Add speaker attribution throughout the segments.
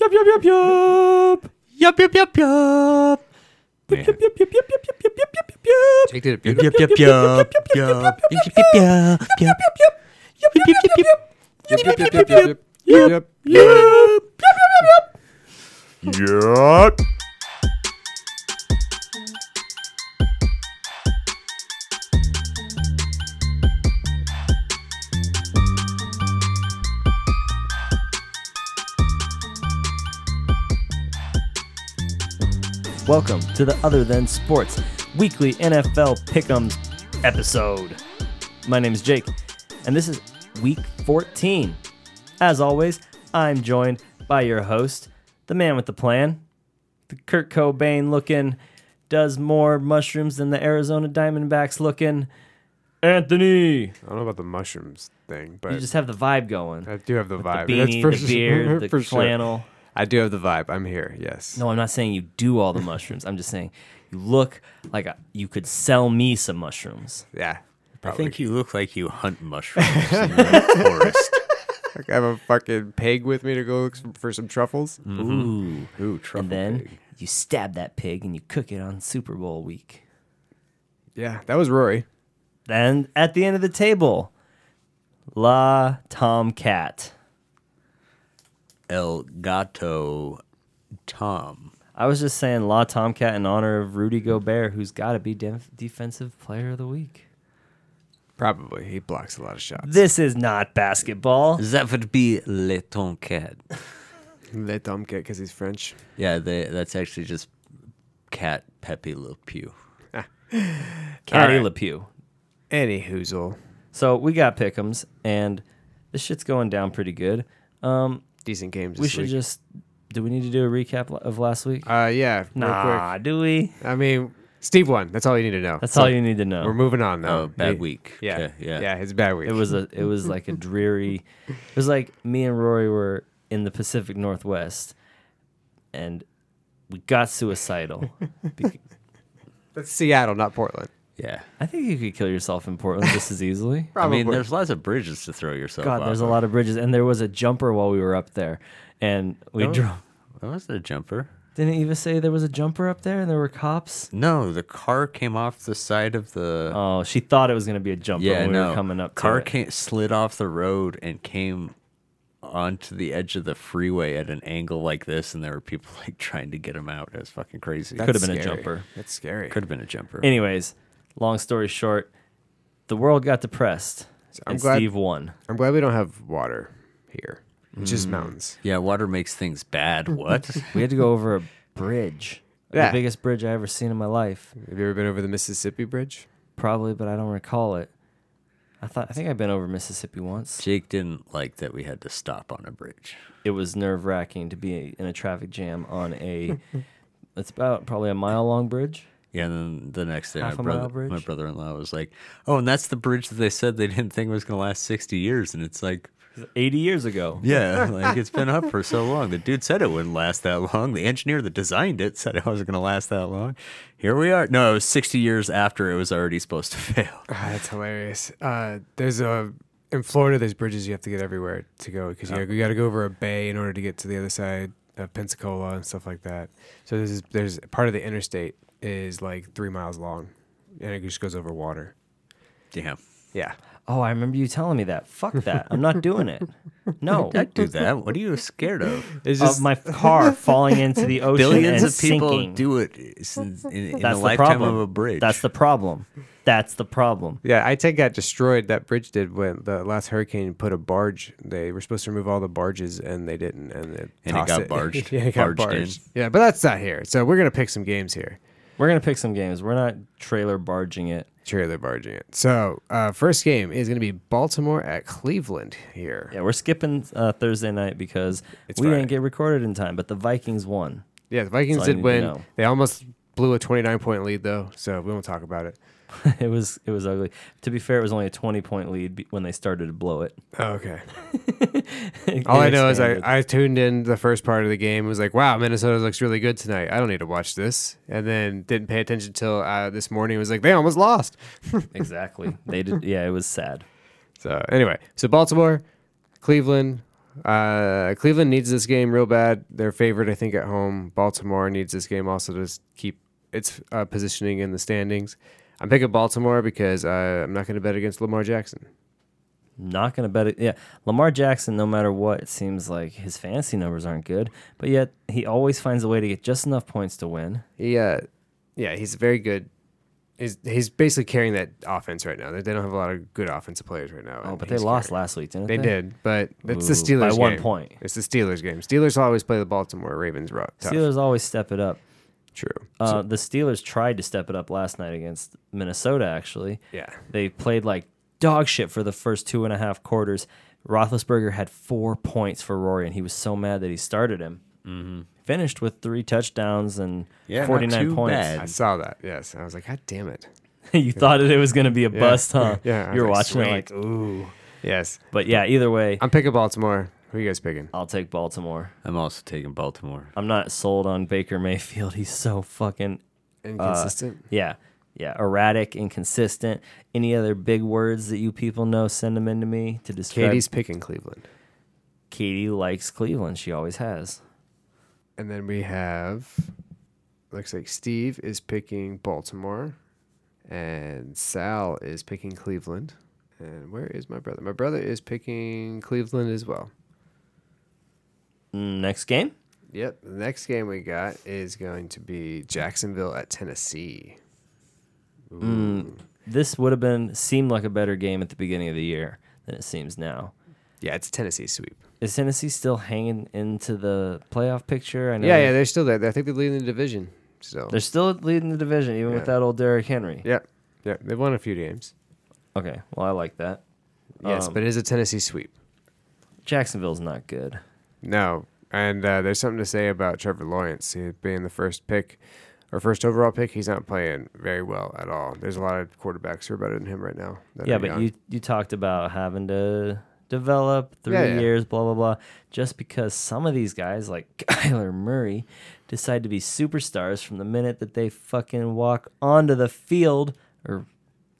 Speaker 1: Yup, yup, yup, yup. Yup, yup, yup, yup.
Speaker 2: Yeah.
Speaker 1: Yup, yup, yup, yup, yup, yup, yup, yup, yup, yup.
Speaker 2: Jake did it
Speaker 1: Yup, yup,
Speaker 2: beautifully.
Speaker 1: yup, yup, yup, yup, yup, yup, yup, yup. Yup, yup, yup, yup, yup. Yup, yup, yup, yup, yup. Yup, yup, yup, yup, yup.
Speaker 3: Yup.
Speaker 4: Welcome to the Other Than Sports Weekly NFL Pick'ems episode. My name is Jake, and this is week 14. As always, I'm joined by your host, the man with the plan, the Kurt Cobain looking, does more mushrooms than the Arizona Diamondbacks looking, Anthony.
Speaker 2: I don't know about the mushrooms thing,
Speaker 4: You
Speaker 2: but
Speaker 4: just have the vibe going.
Speaker 2: I do have the vibe.
Speaker 4: the
Speaker 2: That's
Speaker 4: beanie,
Speaker 2: for
Speaker 4: the
Speaker 2: sure.
Speaker 4: beard, the
Speaker 2: For sure.
Speaker 4: flannel.
Speaker 2: I do have the vibe. I'm here. Yes.
Speaker 4: No, I'm not saying you do all the mushrooms. I'm just saying you look like a, you could sell me some mushrooms.
Speaker 2: Yeah.
Speaker 5: I
Speaker 2: Probably.
Speaker 5: think you look like you hunt mushrooms in the forest.
Speaker 2: Like, I have a fucking pig with me to go look some- for some truffles.
Speaker 4: Mm. Ooh.
Speaker 5: Ooh, truffle
Speaker 4: and then
Speaker 5: pig.
Speaker 4: you stab that pig and you cook it on Super Bowl week.
Speaker 2: Yeah, that was Rory.
Speaker 4: Then at the end of the table, La Tomcat.
Speaker 5: El Gato Tom.
Speaker 4: I was just saying La Tomcat in honor of Rudy Gobert, who's got to be def- defensive player of the week.
Speaker 2: Probably. He blocks a lot of shots.
Speaker 4: This is not basketball.
Speaker 5: That would be Le Toncat.
Speaker 2: Let Tom get because he's French.
Speaker 5: Yeah, they, that's actually just Cat Pepe Le Pew.
Speaker 4: Caddy
Speaker 2: right.
Speaker 4: LePew.
Speaker 2: Any hoozle.
Speaker 4: So we got Pick'ems, and this shit's going down pretty good. Um,
Speaker 2: Decent games.
Speaker 4: we
Speaker 2: this
Speaker 4: should
Speaker 2: week.
Speaker 4: just. Do we need to do a recap of last week?
Speaker 2: Uh, yeah. Real
Speaker 4: nah, do we?
Speaker 2: quick. I mean, Steve won. That's all you need to know.
Speaker 4: That's
Speaker 2: So
Speaker 4: all you need to know.
Speaker 2: We're moving on though.
Speaker 5: Oh, bad
Speaker 2: He-
Speaker 5: week.
Speaker 2: Yeah,
Speaker 5: Okay, yeah.
Speaker 2: yeah. It's a bad week.
Speaker 4: It was a it was like a dreary it was like me and Rory were in the Pacific Northwest and we got suicidal. Bec-
Speaker 2: That's Seattle, not Portland.
Speaker 5: Yeah.
Speaker 4: I think you could kill yourself in Portland just as easily.
Speaker 5: I mean, there's lots of bridges to throw yourself
Speaker 4: God, there's a
Speaker 5: off
Speaker 4: lot of bridges and there was a jumper while we were up there and we
Speaker 5: Oh.
Speaker 4: drove
Speaker 5: of. That wasn't a jumper.
Speaker 4: didn't Eva say there was a jumper up there and there were cops?
Speaker 5: No, the car came off the side of the.
Speaker 4: Oh, she thought it was gonna be a jumper
Speaker 5: yeah,
Speaker 4: when we
Speaker 5: no.
Speaker 4: were coming up. to
Speaker 5: car
Speaker 4: it.
Speaker 5: came, slid off the road and came onto the edge of the freeway at an angle like this, and there were people like trying to get him out. It was fucking crazy.
Speaker 4: Could have been a jumper.
Speaker 2: That's scary.
Speaker 5: Could have been a jumper.
Speaker 4: Anyways, long story short, the world got depressed.
Speaker 2: I'm
Speaker 4: and
Speaker 2: glad-
Speaker 4: Steve won.
Speaker 2: I'm glad we don't have water here. It's just mountains.
Speaker 5: yeah, water makes things bad. What?
Speaker 4: We had to go over a bridge.
Speaker 2: Yeah.
Speaker 4: The biggest bridge I ever seen in my life,
Speaker 2: Have you ever been over the Mississippi Bridge?
Speaker 4: probably, but I don't recall it. I thought I think I've been over Mississippi once.
Speaker 5: Jake didn't like that we had to stop on a bridge.
Speaker 4: It was nerve wracking to be in a traffic jam on a. it's about probably a mile long bridge.
Speaker 5: Yeah, and then the next day, my,
Speaker 4: Half a mile
Speaker 5: brother, my
Speaker 4: bridge?
Speaker 5: brother-in-law was like, "Oh, and that's the bridge that they said they didn't think was gonna last sixty years." And it's like,
Speaker 4: Eighty years ago.
Speaker 5: Yeah, like it's been up for so long. The dude said it wouldn't last that long. The engineer that designed it said it wasn't going to last that long. Here we are. No, it was 60 years after it was already supposed to fail.
Speaker 2: Ah, that's hilarious. Uh, there's a in Florida. There's bridges you have to get everywhere to go because
Speaker 4: Oh.
Speaker 2: you, got to go over a bay in order to get to the other side of Pensacola and stuff like that. So this is there's part of the interstate is like three miles long, and it just goes over water.
Speaker 5: Damn.
Speaker 2: Yeah,
Speaker 4: Oh, I remember you telling me that. Fuck that. I'm not doing it. No.
Speaker 5: I'd do that. What are you scared of?
Speaker 2: it's
Speaker 4: Of
Speaker 2: just
Speaker 4: my car falling into the ocean
Speaker 5: Billions
Speaker 4: and
Speaker 5: of people
Speaker 4: sinking.
Speaker 5: do it since in, in
Speaker 4: That's
Speaker 5: the
Speaker 4: the
Speaker 5: lifetime
Speaker 4: problem.
Speaker 5: of a bridge.
Speaker 4: That's the problem. That's the problem.
Speaker 2: yeah. I take got destroyed. That bridge did when the last hurricane put a barge. They were supposed to remove all the barges and they didn't, and it
Speaker 5: it
Speaker 2: tossed
Speaker 5: got barged.
Speaker 2: yeah, it got
Speaker 5: Barged in.
Speaker 2: barged. Yeah, but that's not here. So we're gonna pick some games here.
Speaker 4: We're gonna pick some games. We're not trailer barging it.
Speaker 2: trailer barging it. So, uh, first game is going to be Baltimore at Cleveland here.
Speaker 4: Yeah, we're skipping uh, Thursday night because
Speaker 2: It's
Speaker 4: we
Speaker 2: Friday.
Speaker 4: didn't get recorded in time, but the Vikings won.
Speaker 2: Yeah, the Vikings
Speaker 4: That's all you
Speaker 2: did
Speaker 4: need to
Speaker 2: win.
Speaker 4: know.
Speaker 2: They almost blew a 29 point lead, though, so we won't talk about it.
Speaker 4: it was it was ugly. To be fair, it was only a 20 point lead be- when they started to blow it.
Speaker 2: Oh, okay. All I know is I, I tuned in the first part of the game was like, wow, Minnesota looks really good tonight. I don't need to watch this. And then didn't pay attention till uh, this morning. It was like, they almost lost.
Speaker 4: exactly. They did yeah, it was sad.
Speaker 2: So, anyway, so Baltimore, Cleveland, Uh, Cleveland needs this game real bad. They're favored, I think, at home. Baltimore needs this game also to s- keep its uh, positioning in the standings. I'm picking Baltimore because uh, I'm not going to bet against Lamar Jackson.
Speaker 4: Not going to bet it. Yeah. Lamar Jackson, no matter what, it seems like his fantasy numbers aren't good, but yet he always finds a way to get just enough points to win.
Speaker 2: He, uh, yeah, he's very good. He's, he's basically carrying that offense right now. They they don't have a lot of good offensive players right now.
Speaker 4: Oh,
Speaker 2: and
Speaker 4: but they
Speaker 2: he's
Speaker 4: lost
Speaker 2: carrying-
Speaker 4: last week, didn't
Speaker 2: They
Speaker 4: they?
Speaker 2: did, but it's the
Speaker 4: Ooh,
Speaker 2: Steelers
Speaker 4: by one
Speaker 2: game.
Speaker 4: point.
Speaker 2: It's the Steelers game. Steelers always play the Baltimore Ravens rough. Tough.
Speaker 4: Steelers always step it up.
Speaker 2: True.
Speaker 4: Uh, the Steelers tried to step it up last night against Minnesota, actually.
Speaker 2: Yeah.
Speaker 4: They played like dog shit for the first two and a half quarters. Roethlisberger had four points for Rory, and he was so mad that he started him. Finished with three touchdowns and
Speaker 5: Yeah, not
Speaker 4: 49
Speaker 5: too
Speaker 4: points.
Speaker 5: bad.
Speaker 2: I saw that. Yes. I was like, God damn it.
Speaker 4: you thought that it was going to be a bust, huh?
Speaker 2: Yeah, I
Speaker 4: You were
Speaker 2: was
Speaker 4: watching
Speaker 2: like,
Speaker 4: it like, ooh.
Speaker 2: Yes.
Speaker 4: But yeah, either way,
Speaker 2: I'm picking Baltimore. Who are you guys picking?
Speaker 4: I'll take Baltimore.
Speaker 5: I'm also taking Baltimore.
Speaker 4: I'm not sold on Baker Mayfield. He's so fucking
Speaker 2: Inconsistent.
Speaker 4: Yeah. Yeah. Erratic, inconsistent. Any other big words that you people know, send them in to me to describe.
Speaker 2: Katie's picking Cleveland.
Speaker 4: Katie likes Cleveland. She always has.
Speaker 2: And then we have looks like Steve is picking Baltimore and Sal is picking Cleveland. And where is my brother? My brother is picking Cleveland as well.
Speaker 4: Mm, Next game?
Speaker 2: Yep. The next game we got is going to be Jacksonville at Tennessee.
Speaker 4: This would have been, seemed like a better game at the beginning of the year than it seems now.
Speaker 2: Yeah, it's Tennessee sweep.
Speaker 4: Is Tennessee still hanging into the playoff picture? I know
Speaker 2: Yeah, yeah,
Speaker 4: they're,
Speaker 2: they're still there. I think they're leading the division. So.
Speaker 4: they're still leading the division, even with
Speaker 2: Yeah.
Speaker 4: that old Derrick Henry.
Speaker 2: Yep. Yep. They've won a few games.
Speaker 4: Okay, well, I like that.
Speaker 2: Yes,
Speaker 4: Um,
Speaker 2: but it is a Tennessee sweep.
Speaker 4: Jacksonville's not good.
Speaker 2: No, and uh, there's something to say about Trevor Lawrence he, being the first pick or first overall pick. He's not playing very well at all. There's a lot of quarterbacks who are better than him right now. that
Speaker 4: Yeah,
Speaker 2: are
Speaker 4: but
Speaker 2: young.
Speaker 4: you you talked about having to develop three
Speaker 2: Yeah, yeah.
Speaker 4: years, blah blah blah. Just because some of these guys, like Kyler Murray, decide to be superstars from the minute that they fucking walk onto the field or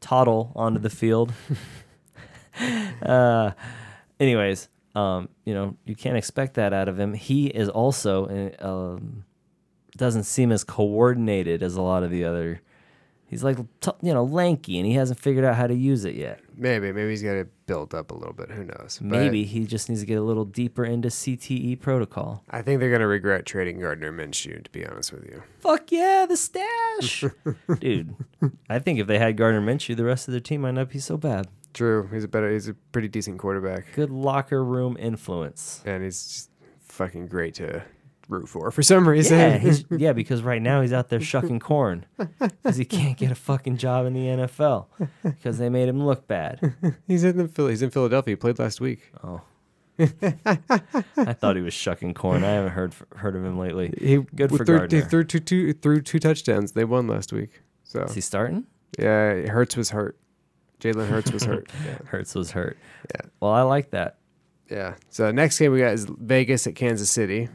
Speaker 4: toddle onto the field. uh, anyways, um, you know you can't expect that out of him. He is also uh, um, doesn't seem as coordinated as a lot of the other. He's like t- you know lanky, and he hasn't figured out how to use it yet.
Speaker 2: maybe maybe he's got to build up a little bit. Who knows? But
Speaker 4: Maybe he just needs to get a little deeper into CTE protocol.
Speaker 2: I think they're gonna regret trading Gardner Minshew. To be honest with you,
Speaker 4: Fuck yeah, the stash, dude. I think if they had Gardner Minshew, the rest of their team might not be so bad.
Speaker 2: Drew, he's a better, he's a pretty decent quarterback,
Speaker 4: Good locker room influence.
Speaker 2: and he's just fucking great to root for for some reason.
Speaker 4: Yeah, he's, yeah, because right now he's out there shucking corn because he can't get a fucking job in the NFL because they made him look bad.
Speaker 2: he's in the Phil- he's in Philadelphia. He played last week.
Speaker 4: Oh, I thought he was shucking corn. I haven't heard heard of him lately.
Speaker 2: He
Speaker 4: Good for
Speaker 2: threw, he
Speaker 4: Gardner.
Speaker 2: threw two, two threw two touchdowns. They won last week. So
Speaker 4: Is he starting?
Speaker 2: Yeah, Hertz was hurt. Jalen Hurts was hurt. yeah.
Speaker 4: Hertz was hurt.
Speaker 2: Yeah.
Speaker 4: Well, I like that.
Speaker 2: yeah. So next game we got is Vegas at Kansas City,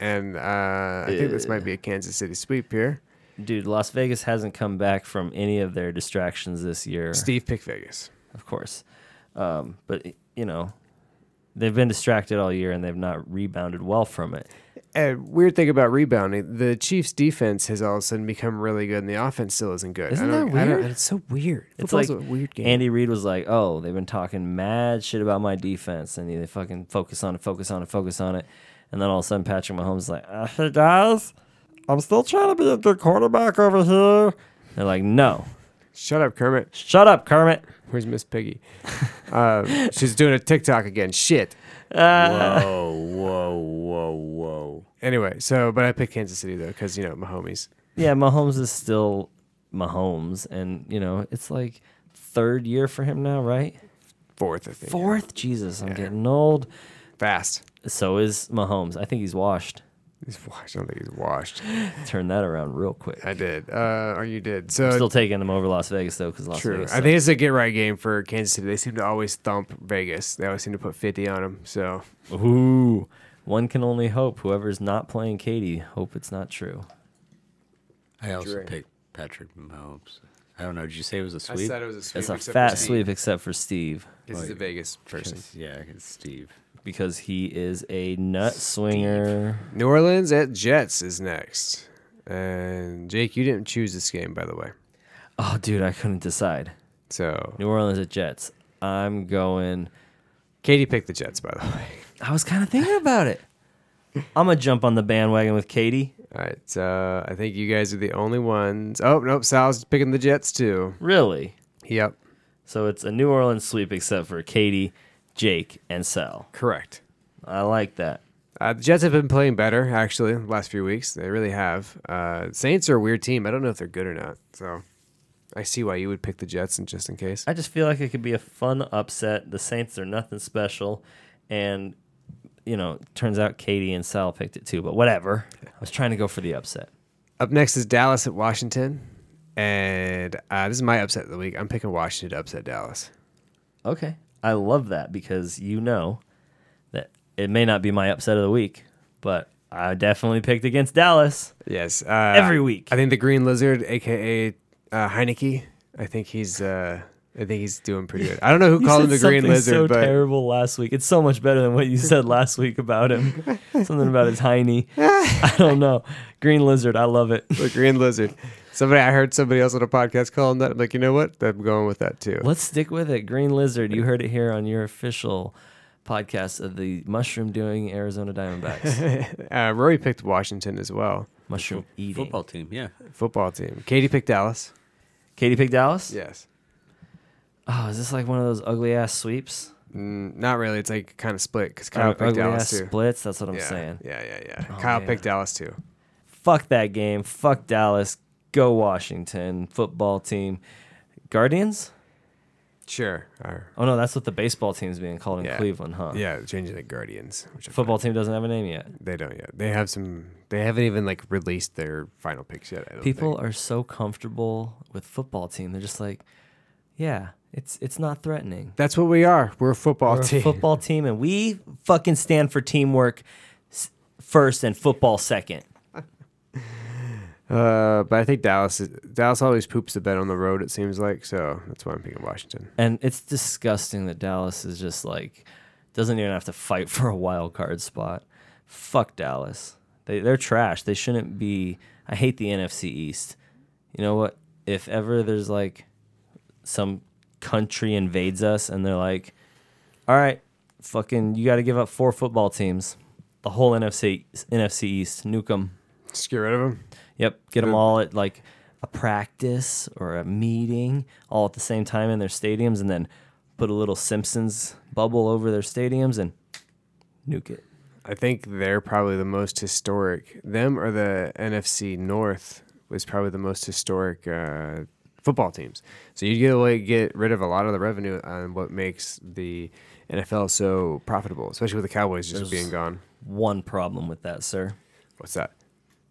Speaker 2: and uh, I think this might be a Kansas City sweep here.
Speaker 4: Dude, Las Vegas hasn't come back from any of their distractions this year,
Speaker 2: Steve pick Vegas.
Speaker 4: of course. Um, but you know, they've been distracted all year and they've not rebounded well from it.
Speaker 2: And weird thing about rebounding, the Chiefs' defense has all of a sudden become really good, and the offense still isn't good.
Speaker 4: Isn't
Speaker 2: I don't-
Speaker 4: that
Speaker 2: I don't-
Speaker 4: weird?
Speaker 2: it's so weird.
Speaker 4: It's
Speaker 2: Football's
Speaker 4: like
Speaker 2: a weird game.
Speaker 4: Andy Reid was like, "Oh, they've been talking mad shit about my defense, and they fucking focus on it, focus on it, focus on it." And then all of a sudden, Patrick Mahomes is like, uh, "Hey guys, I'm still trying to be a good quarterback over here." They're like, "No,
Speaker 2: Shut up, Kermit.
Speaker 4: shut up, Kermit."
Speaker 2: Where's Miss Piggy? uh, she's doing a TikTok again. Shit.
Speaker 4: Ah,
Speaker 5: Whoa, whoa, whoa, whoa.
Speaker 2: Anyway, so but I picked Kansas City though because you know my homies.
Speaker 4: Yeah, Mahomes is still Mahomes, and you know it's like third year for him now, right?
Speaker 2: Fourth, I think.
Speaker 4: Fourth, Jesus, I'm getting old.
Speaker 2: Fast.
Speaker 4: So is Mahomes. I think he's washed.
Speaker 2: He's washed. I don't think he's washed.
Speaker 4: Turn that around real quick.
Speaker 2: I did. Uh, or you did. So
Speaker 4: Still taking him over Las Vegas though, because Las
Speaker 2: true.
Speaker 4: Vegas.
Speaker 2: I think it's a get right game for Kansas City. They seem to always thump Vegas. They always seem to put fifty on them. So
Speaker 4: sucks. Ooh, one can only hope. Whoever's not playing Katie, hope it's not true.
Speaker 5: I also
Speaker 2: Dre.
Speaker 5: picked Patrick Mahomes. I don't know. Did you say it was a sweep?
Speaker 2: was a sweep. Oh,
Speaker 4: It's a fat sweep, except for Steve.
Speaker 2: This is a Vegas person.
Speaker 5: Yeah, it's Steve.
Speaker 4: because he is a nut swinger.
Speaker 2: New Orleans at Jets is next. And Jake, you didn't choose this game, by the way.
Speaker 4: Oh, dude, I couldn't decide.
Speaker 2: So
Speaker 4: New Orleans at Jets. I'm going.
Speaker 2: Katie picked the Jets, by the way.
Speaker 4: I was kind of thinking about it. I'm gonna jump on the bandwagon with Katie.
Speaker 2: All right. Uh, I think you guys are the only ones. Oh nope, Sal's picking the Jets too.
Speaker 4: Really?
Speaker 2: Yep.
Speaker 4: So it's a New Orleans sweep except for Katie, Jake, and Sal.
Speaker 2: Correct.
Speaker 4: I like that.
Speaker 2: Uh, the Jets have been playing better actually the last few weeks. They really have. Uh, Saints are a weird team. I don't know if they're good or not. So I see why you would pick the Jets, and just in case.
Speaker 4: I just feel like it could be a fun upset. The Saints are nothing special, and you know, turns out Katie and Sal picked it too. But whatever. I was trying to go for the upset.
Speaker 2: Up next is Dallas at Washington, and uh, this is my upset of the week. I'm picking Washington to upset Dallas.
Speaker 4: Okay, I love that because you know that it may not be my upset of the week, but I definitely picked against Dallas.
Speaker 2: Yes, uh,
Speaker 4: Every week.
Speaker 2: I think the Green Lizard, aka uh, Heineke, I think he's uh, I think he's doing pretty good. I don't know who
Speaker 4: You
Speaker 2: called him the
Speaker 4: said
Speaker 2: Green
Speaker 4: something
Speaker 2: Lizard,
Speaker 4: So
Speaker 2: but
Speaker 4: terrible last week. It's so much better than what you said last week about him. Something about his hiney. I don't know. Green lizard. I love it.
Speaker 2: the Green Lizard. Somebody I heard somebody else on a podcast call him that. I'm like, you know what? I'm going with that too.
Speaker 4: Let's stick with it. Green lizard. You heard it here on your official podcast of the mushroom doing Arizona Diamondbacks.
Speaker 2: Uh, Rory picked Washington as well.
Speaker 4: mushroom eating.
Speaker 5: Football team, yeah.
Speaker 2: Football team. Katie picked Dallas.
Speaker 4: Katie picked Dallas.
Speaker 2: Yes.
Speaker 4: Oh, is this like one of those ugly ass sweeps?
Speaker 2: Mm, not really. It's like kind of split because
Speaker 4: Or
Speaker 2: Kyle picked
Speaker 4: ugly
Speaker 2: Dallas
Speaker 4: ass
Speaker 2: too.
Speaker 4: splits. That's what I'm
Speaker 2: yeah.
Speaker 4: saying. Oh,
Speaker 2: yeah, yeah, yeah. Kyle
Speaker 4: man.
Speaker 2: picked Dallas too.
Speaker 4: Fuck that game. Fuck Dallas. Go Washington football team. Guardians.
Speaker 2: Sure. Or-
Speaker 4: Oh no, that's what the baseball team's being called in
Speaker 2: Yeah.
Speaker 4: Cleveland, huh?
Speaker 2: yeah, changing the Guardians. Which I
Speaker 4: Football team doesn't have a name yet.
Speaker 2: find- They don't yet. They have some. They haven't even like released their final picks yet. I don't
Speaker 4: People
Speaker 2: think.
Speaker 4: are so comfortable with football team. They're just like, yeah, it's it's not threatening.
Speaker 2: That's what we are. We're a football
Speaker 4: We're a
Speaker 2: team.
Speaker 4: football team, and we fucking stand for teamwork s- first and football second.
Speaker 2: Uh, but I think Dallas is, Dallas always poops the bed on the road. It seems like so. That's why I'm picking Washington.
Speaker 4: And it's disgusting that Dallas is just like doesn't even have to fight for a wild card spot. Fuck Dallas. They they're trash. They shouldn't be. I hate the NFC East. You know what? If ever there's like some country invades us and they're like, "All right, fucking you got to give up four football teams." The whole NFC NFC East, nuke 'em.
Speaker 2: Just get rid of them.
Speaker 4: Yep, get them all at like a practice or a meeting, all at the same time in their stadiums, and then put a little Simpsons bubble over their stadiums and nuke it.
Speaker 2: I think they're probably the most historic. Them or the NFC North was probably the most historic uh, football teams. So you get away, get rid of a lot of the revenue on what makes the NFL so profitable, especially with the Cowboys just being gone.
Speaker 4: One problem with that, sir.
Speaker 2: What's that?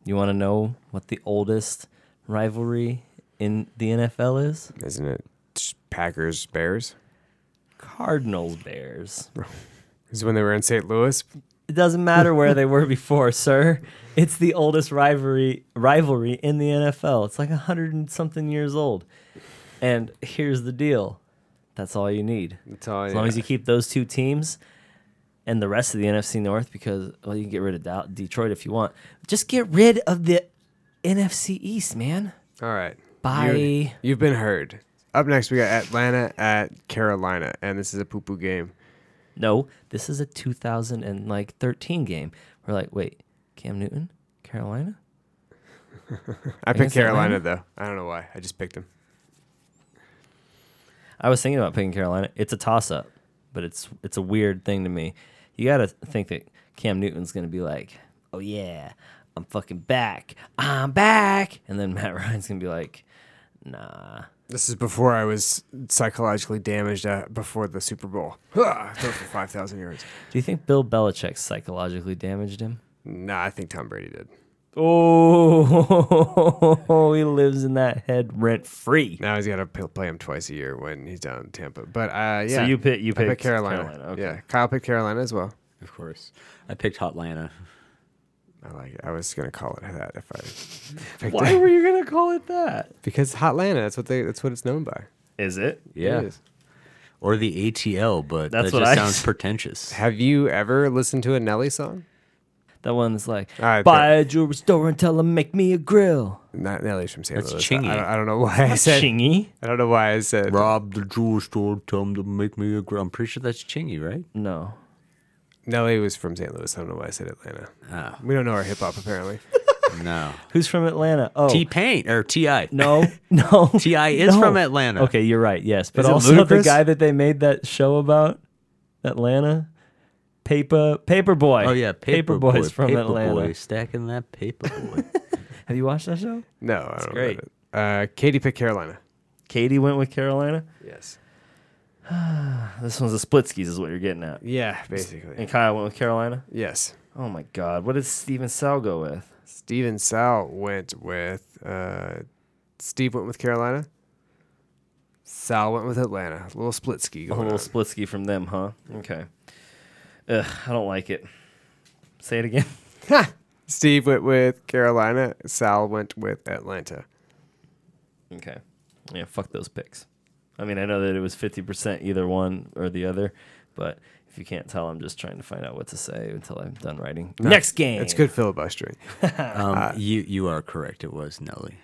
Speaker 4: You want to know what the oldest rivalry in the NFL is?
Speaker 2: Isn't it just Packers Bears?
Speaker 4: Cardinals Bears.
Speaker 2: This is when they were in St. Louis.
Speaker 4: It doesn't matter where they were before, sir. It's the oldest rivalry rivalry in the NFL. It's like a hundred and something years old. And here's the deal. That's all you need.
Speaker 2: That's all.
Speaker 4: As long as you keep those two teams and the rest of the NFC North, because well, you can get rid of Dal- Detroit if you want. Just get rid of the NFC East, man.
Speaker 2: All right.
Speaker 4: Bye.
Speaker 2: You, you've been heard. Up next, we got Atlanta at Carolina, and this is a poo poo game.
Speaker 4: No, this is a 2000 and like 13 game. We're like, wait, Cam Newton, Carolina.
Speaker 2: I picked
Speaker 4: Against Atlanta?
Speaker 2: Carolina though. I don't know why. I just picked them.
Speaker 4: I was thinking about picking Carolina. It's a toss up, but it's it's a weird thing to me. You got to think that Cam Newton's going to be like, "Oh yeah, I'm fucking back. I'm back." And then Matt Ryan's going to be like, "Nah."
Speaker 2: This is before I was psychologically damaged uh, before the Super Bowl. Ah, throw for 5,000 yards.
Speaker 4: Do you think Bill Belichick psychologically damaged him?
Speaker 2: Nah, I think Tom Brady did.
Speaker 4: Oh, he lives in that head rent free.
Speaker 2: Now he's got to play him twice a year when he's down in Tampa. But uh, yeah.
Speaker 4: So you pick you
Speaker 2: I picked
Speaker 4: pick
Speaker 2: Carolina. Yeah. Kyle picked Carolina as well.
Speaker 5: Of course. I picked Hotlanta.
Speaker 2: I like it. I was going to call it that if I picked
Speaker 4: Why
Speaker 2: it.
Speaker 4: were you gonna call it that?
Speaker 2: Because Hotlanta, that's what they that's what it's known by.
Speaker 4: Is it?
Speaker 2: It
Speaker 5: Yeah.
Speaker 2: is.
Speaker 5: or the ATL, but
Speaker 4: That's
Speaker 5: that
Speaker 4: what
Speaker 5: just
Speaker 4: I-
Speaker 5: sounds pretentious.
Speaker 2: Have you ever listened to a Nelly song?
Speaker 4: That one that's like,
Speaker 2: All right,
Speaker 4: buy a jewelry store and tell them make me a grill.
Speaker 2: Not Nelly's from St.
Speaker 5: That's
Speaker 2: Louis.
Speaker 5: Chingy.
Speaker 2: I don't, I don't know why I said.
Speaker 4: Chingy?
Speaker 2: I don't know why I said.
Speaker 5: Rob the jewel store, tell him to make me a grill. I'm pretty sure that's Chingy, right?
Speaker 4: No.
Speaker 2: Nelly was from St. Louis. I don't know why I said Atlanta.
Speaker 5: Ah,
Speaker 2: We don't know our hip hop apparently.
Speaker 5: no.
Speaker 4: Who's from Atlanta? Oh,
Speaker 5: T Pain or T.I.
Speaker 4: no, no.
Speaker 5: T.I. is
Speaker 4: No.
Speaker 5: from Atlanta.
Speaker 4: Okay, you're right. Yes, but
Speaker 2: Is it
Speaker 4: also the
Speaker 2: Ludacris?
Speaker 4: guy that they made that show about, Atlanta, Paper Paperboy.
Speaker 5: Oh, yeah. Paper
Speaker 4: Paperboy's
Speaker 5: boy,
Speaker 4: from
Speaker 5: paper
Speaker 4: Atlanta.
Speaker 5: Boy, stacking that paper boy.
Speaker 4: Have you watched that show?
Speaker 2: No, I don't know
Speaker 4: great.
Speaker 2: about it. Uh, Katie picked Carolina.
Speaker 4: Katie went with Carolina.
Speaker 2: Yes.
Speaker 4: This one's a split skis, is what you're getting at.
Speaker 2: Yeah, basically.
Speaker 4: And Kyle went with Carolina.
Speaker 2: Yes.
Speaker 4: Oh my God, what did Steven Sal go with?
Speaker 2: Steven Sal went with uh, Steve went with Carolina. Sal went with Atlanta. A little split ski
Speaker 4: A
Speaker 2: going
Speaker 4: little
Speaker 2: on.
Speaker 4: split ski from them, huh? Okay. Ugh, I don't like it. Say it again.
Speaker 2: Steve went with Carolina. Sal went with Atlanta.
Speaker 4: Okay. Yeah, fuck those picks. I mean, I know that it was 50% either one or the other, but if you can't tell, I'm just trying to find out what to say until I'm done writing. Next game.
Speaker 2: It's good filibustering.
Speaker 5: Um,
Speaker 4: Uh,
Speaker 5: you you are correct. It was Nelly.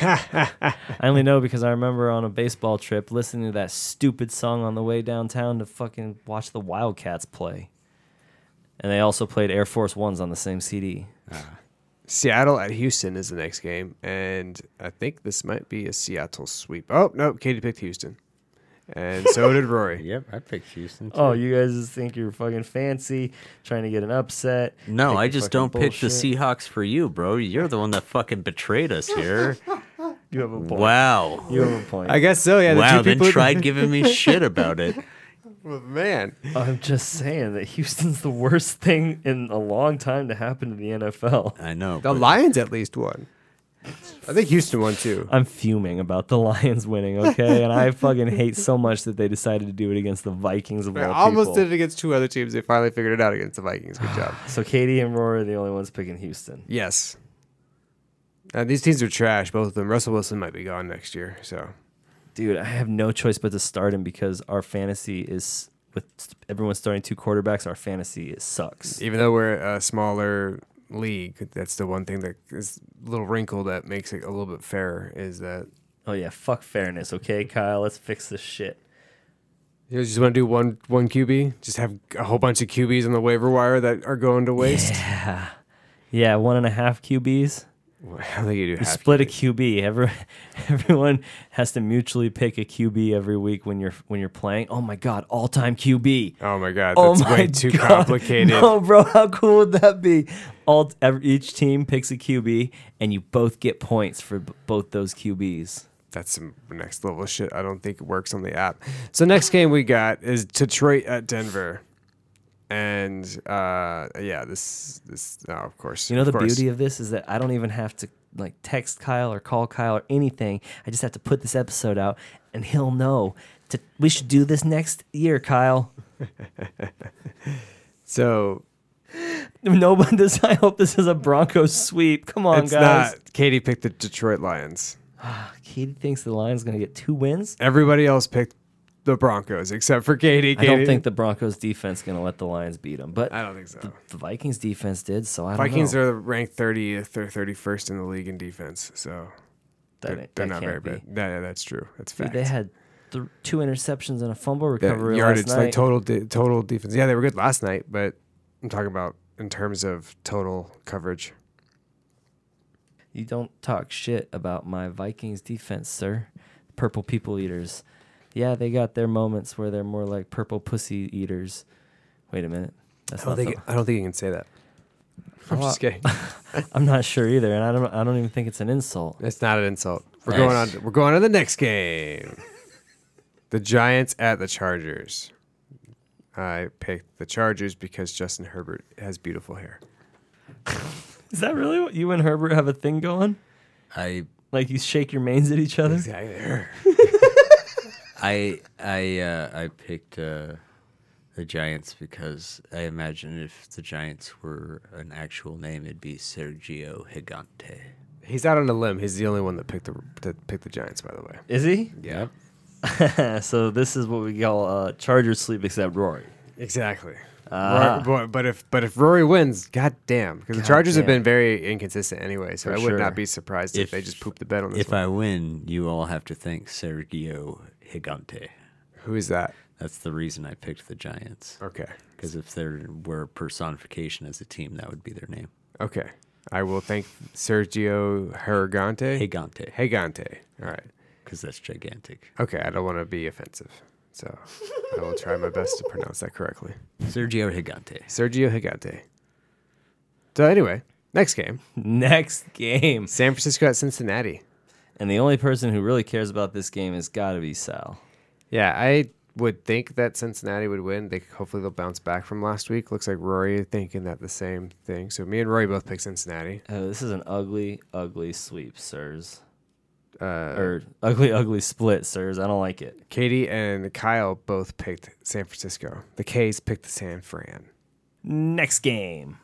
Speaker 4: I only know because I remember on a baseball trip listening to that stupid song on the way downtown to fucking watch the Wildcats play. And they also played Air Force Ones on the same CD.
Speaker 2: Seattle at Houston is the next game, and I think this might be a Seattle sweep. Oh no, Katie picked Houston, and so did Rory.
Speaker 5: Yep, I picked Houston.
Speaker 4: Oh, you guys just think you're fucking fancy, trying to get an upset.
Speaker 5: no,
Speaker 4: Pick
Speaker 5: I
Speaker 4: the
Speaker 5: just
Speaker 4: fucking
Speaker 5: don't pick the
Speaker 4: bullshit.
Speaker 5: Seahawks for you, bro. You're the one that fucking betrayed us here.
Speaker 4: You have a point.
Speaker 5: wow.
Speaker 4: You have a point.
Speaker 2: I guess so. Yeah, the
Speaker 5: wow,
Speaker 2: two
Speaker 5: then
Speaker 2: people
Speaker 5: tried giving me shit about it.
Speaker 2: Man,
Speaker 4: I'm just saying that Houston's the worst thing in a long time to happen to the NFL.
Speaker 5: I know.
Speaker 2: the
Speaker 5: but-
Speaker 2: Lions at least won. I think Houston won too.
Speaker 4: I'm fuming about the Lions winning, okay? And I fucking hate so much that they decided to do it against the Vikings of
Speaker 2: I
Speaker 4: all
Speaker 2: almost
Speaker 4: people.
Speaker 2: did it against two other teams. They finally figured it out against the Vikings. Good job.
Speaker 4: So Katie and Rory are the only ones picking Houston.
Speaker 2: yes. Uh, these teams are trash, both of them. Russell Wilson might be gone next year, so
Speaker 4: Dude, I have no choice but to start him because our fantasy is with everyone starting two quarterbacks, our fantasy is sucks.
Speaker 2: even though we're a smaller league, that's the one thing that is a little wrinkle that makes it a little bit fairer is that
Speaker 4: Oh yeah, fuck fairness, okay, Kyle? Let's fix this shit.
Speaker 2: you guys just want to do one one QB, just have a whole bunch of QBs on the waiver wire that are going to waste.
Speaker 4: Yeah, one and a half QBs.
Speaker 2: Well, I don't think you do
Speaker 4: You
Speaker 2: have
Speaker 4: split a QB. Every, everyone has to mutually pick a QB every week when you're when you're playing. Oh my god, all time QB.
Speaker 2: Oh my god,
Speaker 4: Oh
Speaker 2: that's
Speaker 4: my
Speaker 2: way too
Speaker 4: God.
Speaker 2: complicated.
Speaker 4: No, bro, how cool would that be? All every, each team picks a QB, and you both get points for b- both those QBs.
Speaker 2: That's some next level shit. I don't think it works on the app. So next game we got is Detroit at Denver, and uh, yeah, this this oh, of course.
Speaker 4: You know
Speaker 2: of
Speaker 4: the
Speaker 2: course.
Speaker 4: beauty of this is that I don't even have to like text Kyle or call Kyle or anything. I just have to put this episode out, and he'll know. To, we should do this next year, Kyle.
Speaker 2: So
Speaker 4: Nobody. This. I hope this is a Broncos sweep. Come on,
Speaker 2: it's
Speaker 4: guys.
Speaker 2: not. Katie picked the Detroit Lions.
Speaker 4: Katie thinks the Lions going to get two wins.
Speaker 2: Everybody else picked the Broncos except for Katie.
Speaker 4: I
Speaker 2: Katie
Speaker 4: don't think the Broncos defense going to let the Lions beat them, but
Speaker 2: I don't think so.
Speaker 4: the Vikings defense did. So I don't
Speaker 2: Vikings
Speaker 4: know.
Speaker 2: are ranked 30th or 31st in the league in defense, so
Speaker 4: That
Speaker 2: they're,
Speaker 4: ain't-
Speaker 2: they're
Speaker 4: that
Speaker 2: not very
Speaker 4: can't
Speaker 2: bad.
Speaker 4: be.
Speaker 2: Yeah, yeah, that's true. That's
Speaker 4: Dude,
Speaker 2: fact.
Speaker 4: they had th- two interceptions and a fumble
Speaker 2: Yeah,
Speaker 4: recovery
Speaker 2: yardage,
Speaker 4: last night.
Speaker 2: like total de- total defense. Yeah, they were good last night, but I'm talking about in terms of total coverage.
Speaker 4: you don't talk shit about my Vikings defense, sir. Purple people eaters. Yeah, they got their moments where they're more like purple pussy eaters. Wait a minute. That's not the-
Speaker 2: I don't think you can say that. I'm
Speaker 4: Well,
Speaker 2: just kidding.
Speaker 4: I'm not sure either, and I don't. I don't even think it's an insult.
Speaker 2: It's not an insult. We're
Speaker 4: Nice.
Speaker 2: going on. To, we're going to the next game. the Giants at the Chargers. I picked the Chargers because Justin Herbert has beautiful hair.
Speaker 4: Is that really what you and Herbert have a thing going?
Speaker 5: I
Speaker 4: Like you shake your manes at each other?
Speaker 2: Exactly.
Speaker 5: I I uh, I picked uh, the Giants because I imagine if the Giants were an actual name, it'd be Sergio Gigante.
Speaker 2: He's out on a limb. He's the only one that picked the that picked the Giants. By the way,
Speaker 4: Is he?
Speaker 5: Yep.
Speaker 4: so this is what we call uh, Chargers sleep except Rory.
Speaker 2: Exactly. but, but if but if Rory wins, goddamn, because the Chargers have been very inconsistent anyway. So I would
Speaker 4: sure.
Speaker 2: not be surprised if,
Speaker 5: If-
Speaker 2: they just pooped the bed on this
Speaker 5: If
Speaker 2: one.
Speaker 5: I win, you all have to thank Sergio Gigante.
Speaker 2: Who is that?
Speaker 5: That's the reason I picked the Giants.
Speaker 2: Okay,
Speaker 5: Because if there were a personification as a team, that would be their name.
Speaker 2: okay. I will thank Sergio Hergante.
Speaker 5: Gigante.
Speaker 2: Hegante. All right.
Speaker 5: Because that's gigantic.
Speaker 2: Okay, I don't want to be offensive, so I will try my best to pronounce that correctly.
Speaker 5: Sergio Gigante.
Speaker 2: Sergio Higante. So anyway, next game,
Speaker 4: Next game.
Speaker 2: San Francisco at Cincinnati.
Speaker 4: And the only person who really cares about this game has got to be Sal.
Speaker 2: Yeah, I would think that Cincinnati would win. They hopefully they'll bounce back from last week. Looks like Rory thinking that the same thing. So me and Rory both picked Cincinnati.
Speaker 4: Oh, this is an ugly, ugly sweep, sirs. or ugly, ugly split, sirs. I don't like it.
Speaker 2: Katie and Kyle both picked San Francisco. The K's picked the San Fran.
Speaker 4: Next game.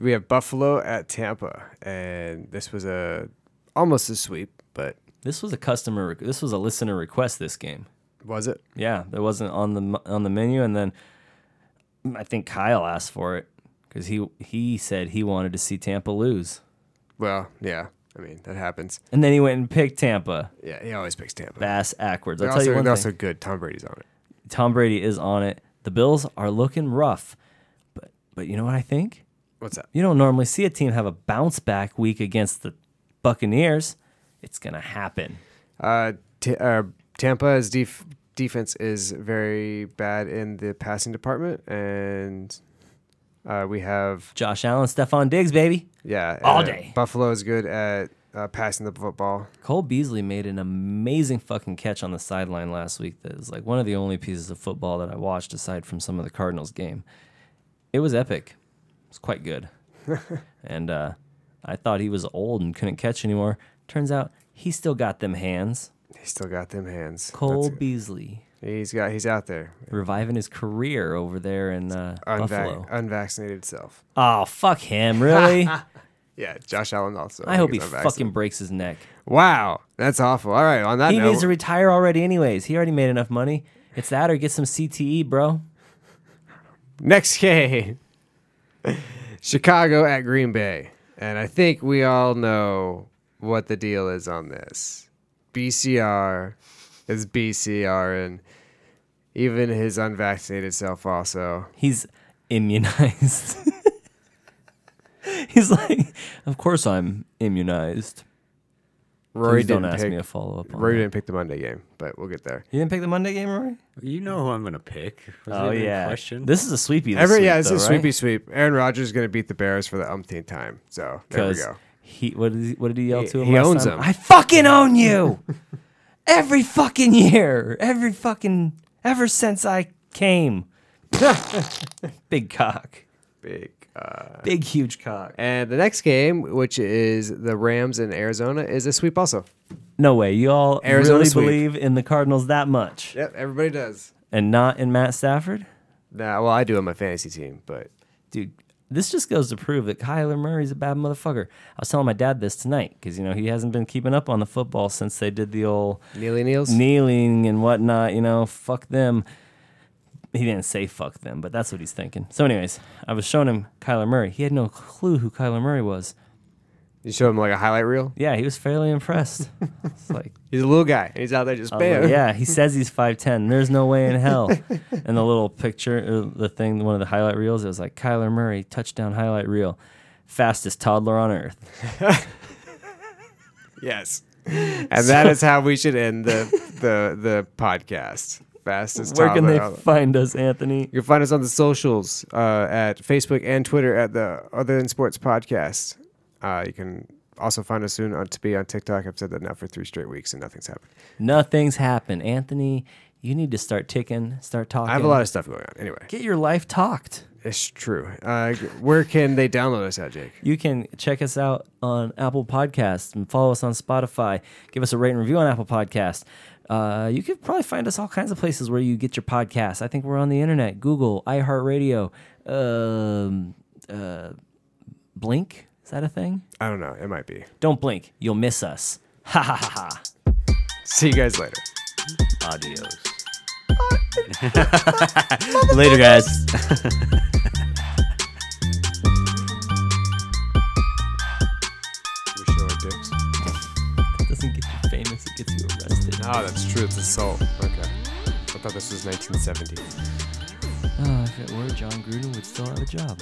Speaker 2: We have Buffalo at Tampa, and this was a almost a sweep, but
Speaker 4: This was a customer. Rec- this was a listener request. This game.
Speaker 2: was it?
Speaker 4: Yeah, that wasn't on the m- on the menu, and then I think Kyle asked for it because he he said he wanted to see Tampa lose,
Speaker 2: Well, yeah. I mean that happens.
Speaker 4: and then he went and picked Tampa.
Speaker 2: Yeah, he always picks Tampa.
Speaker 4: Bass backwards.
Speaker 2: they're
Speaker 4: I'll tell
Speaker 2: also,
Speaker 4: you one
Speaker 2: they're
Speaker 4: thing.
Speaker 2: also good. Tom Brady's on it.
Speaker 4: Tom Brady is on it. The Bills are looking rough, but but you know what I think?
Speaker 2: What's that?
Speaker 4: You don't normally see a team have a bounce back week against the Buccaneers. It's gonna happen.
Speaker 2: Uh, t- uh, Tampa's def- defense is very bad in the passing department, and uh, we have
Speaker 4: Josh Allen, Stephon Diggs, baby.
Speaker 2: yeah
Speaker 4: All
Speaker 2: uh,
Speaker 4: day.
Speaker 2: Buffalo is good at uh, passing the football.
Speaker 4: Cole Beasley made an amazing fucking catch on the sideline last week. That is like one of the only pieces of football that I watched aside from some of the Cardinals game. It was epic. It was quite good. and uh, I thought he was old and couldn't catch anymore. Turns out he still got them hands.
Speaker 2: He's still got them hands.
Speaker 4: Cole
Speaker 2: That's-
Speaker 4: Beasley
Speaker 2: he's got he's out there
Speaker 4: reviving his career over there in uh,
Speaker 2: unvac-
Speaker 4: Buffalo.
Speaker 2: unvaccinated self.
Speaker 4: Oh, fuck him, really?
Speaker 2: Yeah, Josh Allen also.
Speaker 4: I hope he
Speaker 2: think, is unvaccinated.
Speaker 4: fucking breaks his neck.
Speaker 2: Wow, that's awful. All right, on that
Speaker 4: He
Speaker 2: note,
Speaker 4: needs to retire already, anyways. He already made enough money. It's that or get some CTE, bro.
Speaker 2: Next game Chicago at Green Bay. And I think we all know what the deal is on this. BCR is BCR, and even his unvaccinated self, also.
Speaker 4: He's immunized. He's like, of course I'm immunized.
Speaker 2: Rory
Speaker 4: Please don't
Speaker 2: didn't,
Speaker 4: ask
Speaker 2: pick,
Speaker 4: me a follow up.
Speaker 2: Rory
Speaker 4: You
Speaker 2: didn't pick the Monday game, but we'll get there.
Speaker 4: didn't pick the Monday game, Rory?
Speaker 5: You know who I'm going to pick. Was it even a Question?
Speaker 4: Oh, This is a sweepy. This
Speaker 2: Oh, Every,
Speaker 4: week,
Speaker 2: yeah, this
Speaker 4: though,
Speaker 2: is a
Speaker 4: right?
Speaker 2: sweepy sweep. Aaron Rodgers is going to beat the Bears for the umpteenth time. So there we
Speaker 4: Because
Speaker 2: go.
Speaker 4: he what did he, what did he yell
Speaker 2: He-
Speaker 4: to him?
Speaker 2: he
Speaker 4: last
Speaker 2: owns
Speaker 4: time?
Speaker 2: him.
Speaker 4: I fucking own you. every fucking year, every fucking ever since I came. Big cock,
Speaker 2: Big. Uh,
Speaker 4: big huge cock.
Speaker 2: and the next game, which is the Rams in Arizona, is a sweep also.
Speaker 4: No way, you all
Speaker 2: Arizona
Speaker 4: really
Speaker 2: sweep.
Speaker 4: believe in the Cardinals that much,
Speaker 2: Yep, everybody does.
Speaker 4: and not in Matt Stafford,
Speaker 2: Nah, well, I do on my fantasy team, but
Speaker 4: dude. This just goes to prove that Kyler Murray's a bad motherfucker. I was telling my dad this tonight because you know he hasn't been keeping up on the football since they did the old
Speaker 2: Neely Neals.
Speaker 4: kneeling and whatnot, you know, fuck them. He didn't say fuck them, but that's what he's thinking. So, anyways, I was showing him Kyler Murray. He had no clue who Kyler Murray was.
Speaker 2: you show him like a highlight reel.
Speaker 4: Yeah, he was fairly impressed. It's like,
Speaker 2: He's a little guy, and he's out there just
Speaker 4: I was
Speaker 2: bam.
Speaker 4: like, Oh, yeah, he says he's 5'10. There's no way in hell. And the little picture, uh, the thing, one of the highlight reels, it was like Kyler Murray, touchdown highlight reel, fastest toddler on earth.
Speaker 2: Yes. And that is how we should end the the the podcast. Fastest
Speaker 4: Where can
Speaker 2: toddler
Speaker 4: they
Speaker 2: out-
Speaker 4: find us, Anthony?
Speaker 2: you can find us on the socials uh, at Facebook and Twitter at the Other Than Sports Podcast. Uh, you can also find us soon on to be on TikTok. I've said that now for three straight weeks and nothing's happened.
Speaker 4: Nothing's happened. Anthony, you need to start ticking, start talking.
Speaker 2: I have a lot of stuff going on. Anyway,
Speaker 4: get your life talked.
Speaker 2: it's true. Uh, g- where can they download us at, Jake?
Speaker 4: You can check us out on Apple Podcasts and follow us on Spotify. Give us a rate and review on Apple Podcasts. Uh, you could probably find us all kinds of places where you get your podcasts. I think we're on the internet: Google, iHeartRadio, um, uh, Blink. Is that a thing?
Speaker 2: I don't know. It might be.
Speaker 4: Don't blink; you'll miss us. Ha ha ha! ha.
Speaker 2: See you guys later.
Speaker 5: Adios.
Speaker 4: Later, guys.
Speaker 2: We show our dicks.
Speaker 4: doesn't get you famous, it gets you arrested.
Speaker 2: Oh, that's true. It's assault. Okay. I thought this was
Speaker 4: Uh,
Speaker 2: 1970.
Speaker 4: Oh, if it were, John Gruden would still have a job.